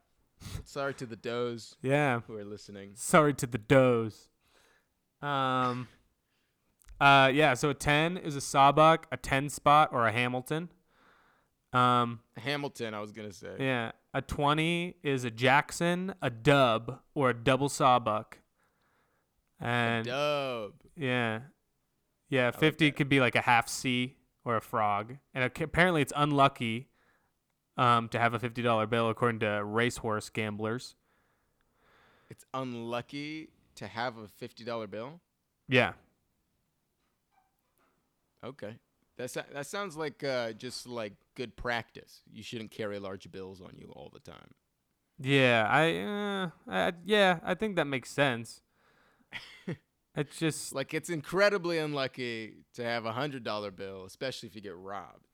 Sorry to the doughs Yeah. who are listening. Sorry to the does. Um uh yeah, so a 10 is a sawbuck, a 10 spot or a Hamilton. Um Hamilton, I was gonna say. yeah, a 20 is a Jackson, a dub or a double sawbuck. And Dub. Yeah. Yeah, 50 could be like a half C or a frog. And ac- apparently it's unlucky um, to have a $50 bill according to racehorse gamblers. It's unlucky to have a fifty dollar bill. Yeah. Okay. That sou- that sounds like uh, just like good practice. You shouldn't carry large bills on you all the time. Yeah, I, uh, I yeah, I think that makes sense. it's just Like it's incredibly unlucky to have a hundred dollar bill, especially if you get robbed,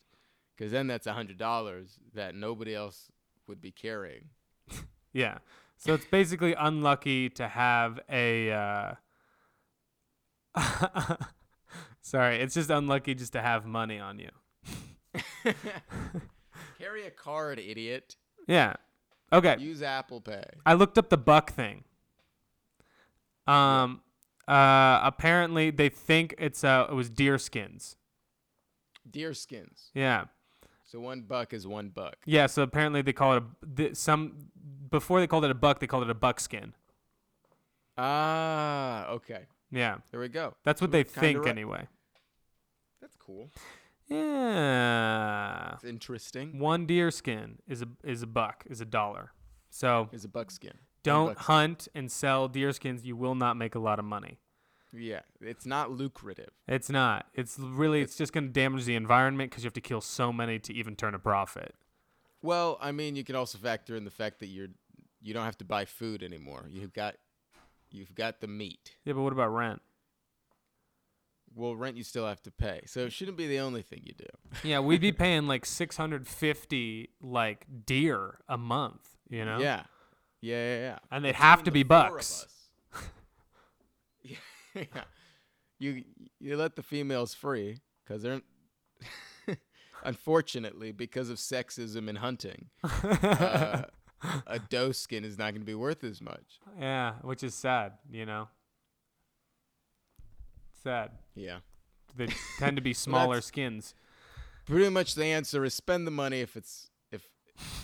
because then that's a hundred dollars that nobody else would be carrying. yeah. So it's basically unlucky to have a. Uh, sorry, it's just unlucky just to have money on you. Carry a card, idiot. Yeah. Okay. Use Apple Pay. I looked up the buck thing. Um, uh, apparently they think it's uh, it was deer skins. Deer skins. Yeah, So one buck is one buck. yeah. So apparently they call it a th- some before they called it a buck, they called it a buckskin. Ah, okay. Yeah, There we go. that's what So they we're kinda think right. anyway. That's cool. Yeah, It's interesting. one deer skin is a is a buck is a dollar. So Is a buckskin. One don't buckskin. hunt and sell deer skins. You will not make a lot of money. Yeah, it's not lucrative. It's not. It's really. It's just going to damage the environment because you have to kill so many to even turn a profit. Well, I mean, you can also factor in the fact that you're you don't have to buy food anymore. You've got you've got the meat. Yeah, but what about rent? Well, rent you still have to pay, so it shouldn't be the only thing you do. Yeah, we'd be paying like 650 like deer a month, you know? Yeah, yeah, yeah. yeah. And they'd have to Between be the four of bucks. us. yeah, you you let the females free because they're unfortunately because of sexism in hunting. Uh, a doe skin is not going to be worth as much. Yeah, which is sad, you know. Sad. Yeah. They tend to be smaller that's- skins. pretty much the answer is spend the money if it's if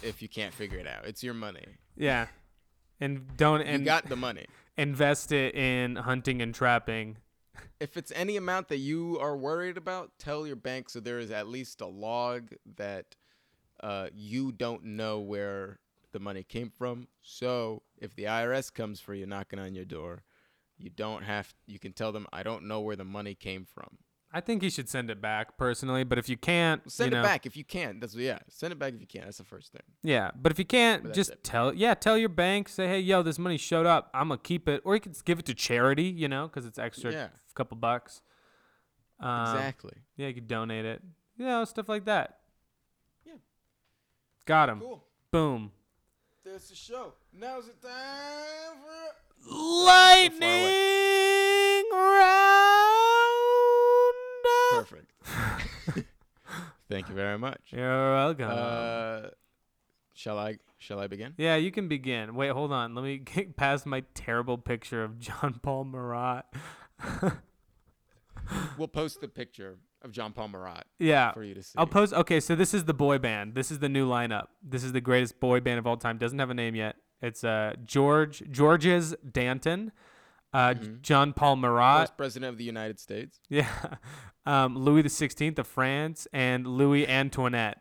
if you can't figure it out. It's your money. Yeah. And don't you and got the money. invest it in hunting and trapping. If it's any amount that you are worried about, tell your bank so there is at least a log that uh, you don't know where the money came from. So if the IRS comes for you knocking on your door, you don't have you can tell them I don't know where the money came from. I think you should send it back personally, but if you can't, Send you it know, back if you can. That's yeah. Send it back if you can. That's the first thing. Yeah, but if you can't, that's just it. tell yeah, tell your bank, say hey, yo, this money showed up, I'm gonna keep it, or you could give it to charity, you know, because it's extra Yeah. f- couple bucks. Um, exactly. Yeah, you could donate it, you know, stuff like that. Yeah. Got him. Cool. Boom. That's the show. Now's the time for Lightning round. Perfect. Thank you very much. You're welcome. Uh, shall I? Shall I begin? Yeah, you can begin. Wait, hold on. Let me get past my terrible picture of John Paul Marat. We'll post the picture of John Paul Marat yeah. for you to see. I'll post. Okay, so this is the boy band. This is the new lineup. This is the greatest boy band of all time. Doesn't have a name yet. It's uh George George's Danton, uh J- John Paul Marat, First president Mm-hmm. of the United States. yeah, um, Louis the Sixteenth of France, and Louis Antoinette.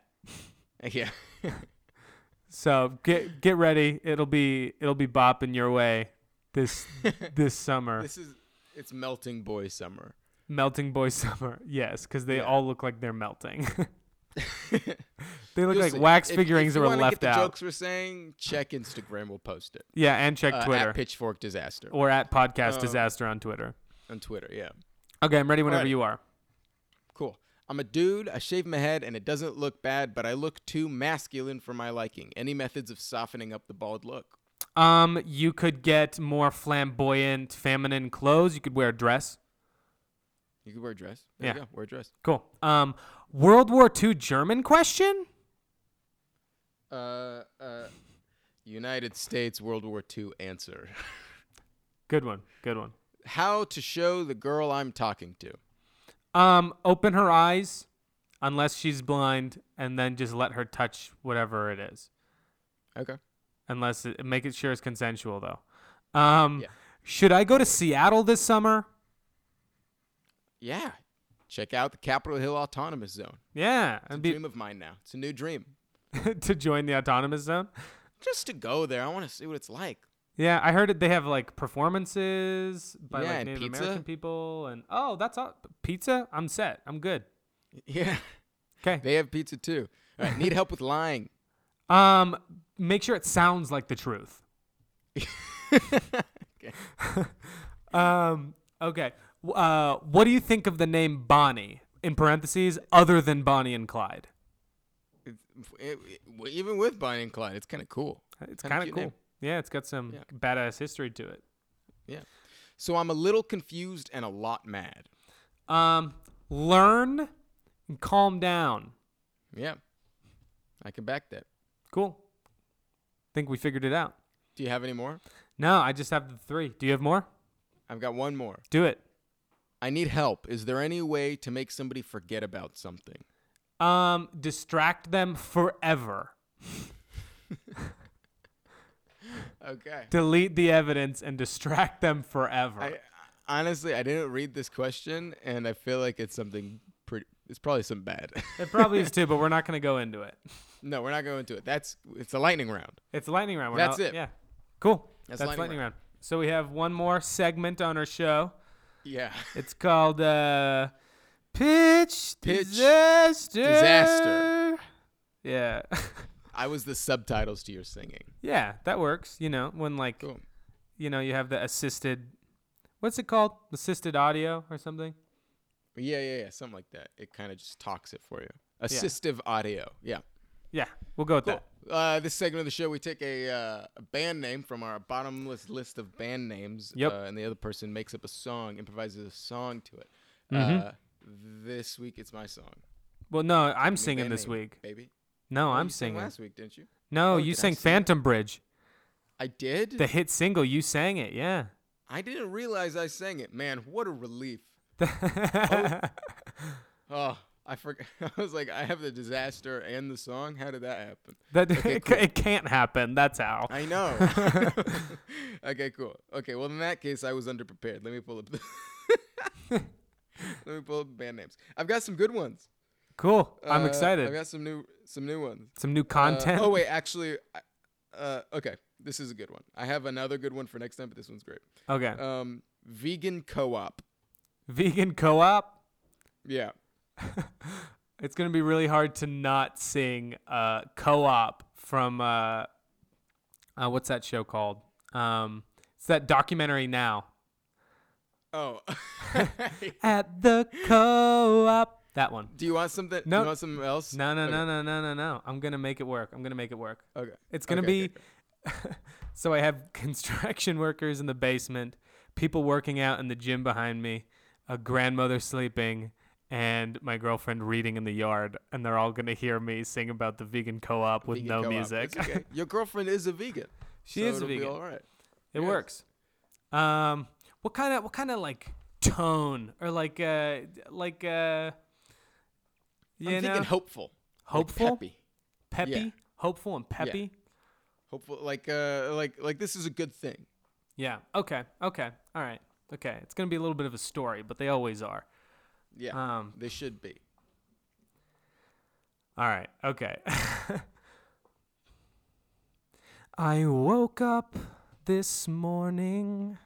Yeah. So get get ready. It'll be it'll be bopping your way this this summer. this is it's melting boy summer. melting boy summer. Yes, because they Yeah. all look like they're melting. they You'll look like see. wax If- figurines if you that were wanna get left the out. Jokes we're saying. Check Instagram. We'll post it. Yeah, and check Uh, Twitter. At Pitchfork Disaster or at podcast Um, disaster on Twitter. on Twitter. Yeah. Okay, I'm ready whenever alright. you are. Cool. I'm a dude. I shave my head and it doesn't look bad, but I look too masculine for my liking. Any methods of softening up the bald look? Um, you could get more flamboyant, feminine clothes. You could wear a dress. You could wear a dress. There Yeah. you go. Wear a dress. Cool. Um, World War II German question? Uh, uh, United States World War II answer. Good one. Good one. How to show the girl I'm talking to. Um, open her eyes, unless she's blind, and then just let her touch whatever it is. Okay. Unless it, make it sure it's consensual though. Um, Yeah. should I go to Seattle this summer? Yeah. Check out the Capitol Hill Autonomous Zone. Yeah, and be Dream of mine now. It's a new dream. to join the autonomous zone. Just to go there, I want to see what it's like. Yeah, I heard it. They have like performances by Yeah, like and Native pizza. American people, and oh, that's all. Pizza? I'm set. I'm good. Yeah. Okay. They have pizza too. All right. Need help with lying. Um, make sure it sounds like the truth. okay. Um, okay. W- Uh, what do you think of the name Bonnie in parentheses other than Bonnie and Clyde? It, it, it- even with Bonnie and Clyde, it's kind of cool. It's Kinda kind of cute cool. name. Yeah, it's got some Yeah. badass history to it. Yeah. So I'm a little confused and a lot mad. Um, learn and calm down. Yeah. I can back that. Cool. Think we figured it out. Do you have any more? No, I just have the three. Do you have more? I've got one more. Do it. I need help. Is there any way to make somebody forget about something? Um, distract them forever. Okay. Delete the evidence and distract them forever. I honestly I didn't read this question and I feel like it's something pretty it's probably some bad. it probably is too, but we're not going to go into it. no, we're not going into it. That's it's a lightning round. It's a lightning round. We're That's not- it. Yeah. Cool. That's That's, lightning lightning, round. So we have one more segment on our show. Yeah. It's called uh, Pitch, Pitch Disaster. Disaster. Yeah. I was the subtitles to your singing. yeah, that works. You know, when like, Cool. you know, you have the assisted, what's it called? Assisted audio or something? Yeah, yeah, yeah. Something like that. It kind of just talks it for you. Assistive audio. Yeah. Yeah, we'll go with Cool. that. Uh, this segment of the show, we take a, uh, a band name from our bottomless list of band names, Yep. uh, and the other person makes up a song, improvises a song to it. Mm-hmm. Uh, this week, it's my song. Well, no, I'm singing Band this name, week. baby. No, Oh, I'm you sang singing. last week, didn't you? No, Oh, you did I sing sang it? Phantom Bridge, I did. the hit single. You sang it, yeah. I didn't realize I sang it. Man, what a relief. Oh, I forgot. I was like, I have the disaster and the song. How did that happen? That Okay, it, cool. can't happen. That's how. I know. okay, cool. Okay, well in that case, I was underprepared. Let me pull up. The Let me pull up band names. I've got some good ones. cool. I'm Uh, excited. I've got some new some new ones. Some new Uh, content. oh wait, actually, I- uh, okay, this is a good one. I have another good one for next time, but this one's great. Okay. Um, vegan co-op. Vegan co-op. Yeah. It's gonna be really hard to not sing uh, co-op from uh, uh, what's that show called? Um, it's that documentary now. Oh. At the co-op. That one. Do you want something? Do No. you want something else? No, no, Okay. no, no, no, no, no. I'm gonna make it work. I'm gonna make it work. Okay. It's gonna Okay, okay, be. so I have construction workers in the basement, people working out in the gym behind me, a grandmother sleeping, and my girlfriend reading in the yard, and they're all gonna hear me sing about the vegan co-op with Vegan no co-op. music. It's okay. Your girlfriend is a vegan. She so is a it'll Be vegan. all right. it Yes. works. Um, what kind of what kind of like tone or like uh like uh you I'm know thinking hopeful. like hopeful peppy. peppy Yeah. hopeful and peppy Hopeful, like, uh, like, like this is a good thing. yeah okay okay all right okay it's gonna be a little bit of a story but they always are Yeah, um they should be. All right. Okay. I woke up this morning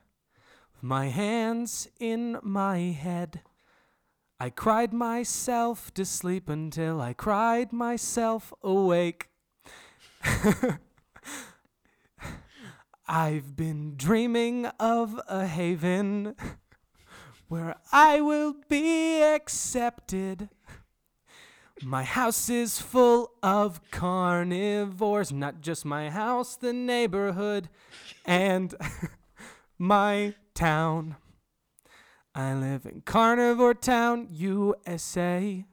with my hands in my head. I cried myself to sleep until I cried myself awake. I've been dreaming of a haven where I will be accepted. My house is full of carnivores, not just my house, the neighborhood, and my town. I live in Carnivore Town, USA.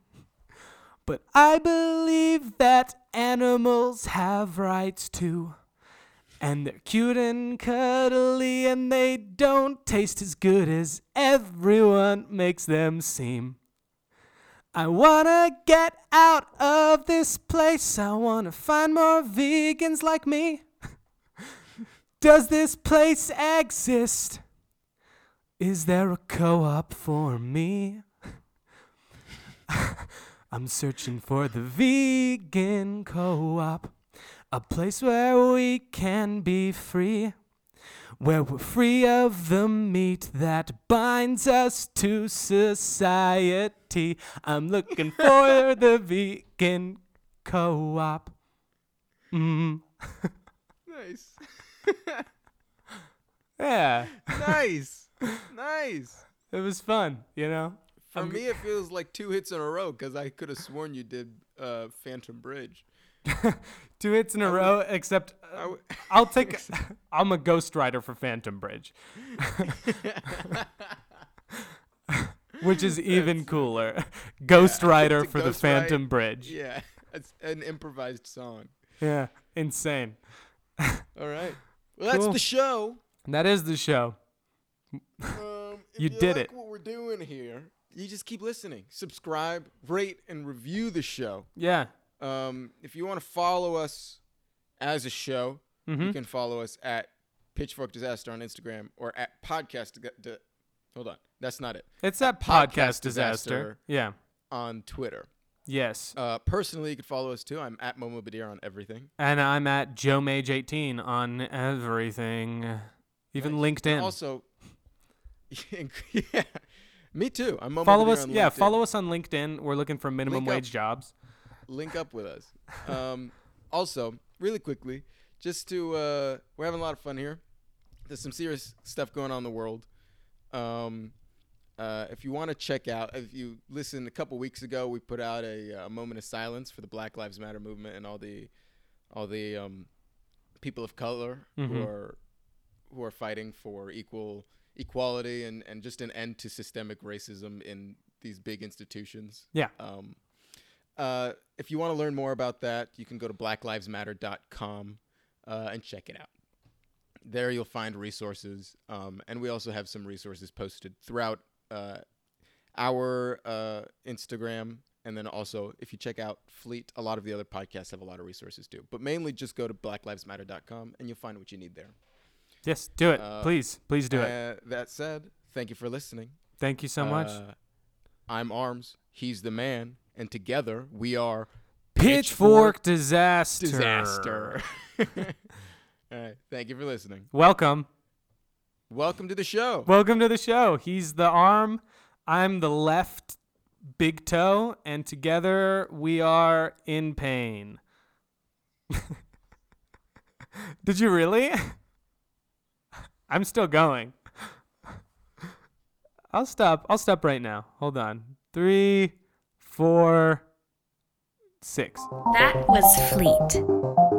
But I believe that animals have rights too. And they're cute and cuddly, and they don't taste as good as everyone makes them seem. I wanna get out of this place. I wanna find more vegans like me. Does this place exist? Is there a co op for me? I'm searching for the vegan co op, a place where we can be free. where we're free of the meat that binds us to society. I'm looking for the vegan co op. Mm. Nice. Yeah, nice. Nice. it was fun, you know? For me, it feels like two hits in a row because I could have sworn you did uh, Phantom Bridge. Two hits in a row, except uh, I w- I'll take. I'm a ghostwriter for Phantom Bridge, which is even cooler. Ghostwriter to for the ghostwrite- Phantom Bridge. yeah, it's an improvised song. Yeah, insane. All right. Well, that's Cool. the show. And that is the show. Um, if You did like it. What we're doing here. You just keep listening. Subscribe, rate, and review the show. Yeah, Um, if you want to follow us as a show, Mm-hmm. you can follow us at Pitchfork Disaster on Instagram or at Podcast. Di- Di- hold on, that's not it. it's that Podcast podcast, disaster. Disaster. Yeah. On Twitter. Yes. Uh, personally, you can follow us too. I'm at Momo Badir on everything. and I'm at Joe Mage 18 on everything, even LinkedIn. Also, yeah, me too. I'm Momo follow Badir us. on Yeah, LinkedIn. follow us on LinkedIn. We're looking for minimum Link up. wage jobs. link up with us. Um, also, really quickly, just to uh, we're having a lot of fun here. There's some serious stuff going on in the world. Um, uh, if you want to check out, if you listen, a couple weeks ago we put out a, uh moment of silence for the Black Lives Matter movement and all the all the um, people of color who are who are fighting for equal equality and, and just an end to systemic racism in these big institutions. Yeah. Um, uh, if you want to learn more about that, you can go to blacklivesmatter.com uh, and check it out. There you'll find resources, um, and we also have some resources posted throughout uh, our uh, Instagram. And then also, if you check out Fleet, a lot of the other podcasts have a lot of resources too. But mainly, just go to blacklivesmatter.com and you'll find what you need there. Yes, do it. Uh, please, please do it. Uh, that said, thank you for listening. Thank you so much. Uh, I'm Arms. He's the man, and together we are Pitchfork disaster. disaster. All right. Thank you for listening. Welcome. Welcome to the show. Welcome to the show. He's the arm, I'm the left big toe, and together we are in pain. Did you really? I'm still going. I'll stop. I'll stop right now. Hold on. Three, four, six. That was Fleet.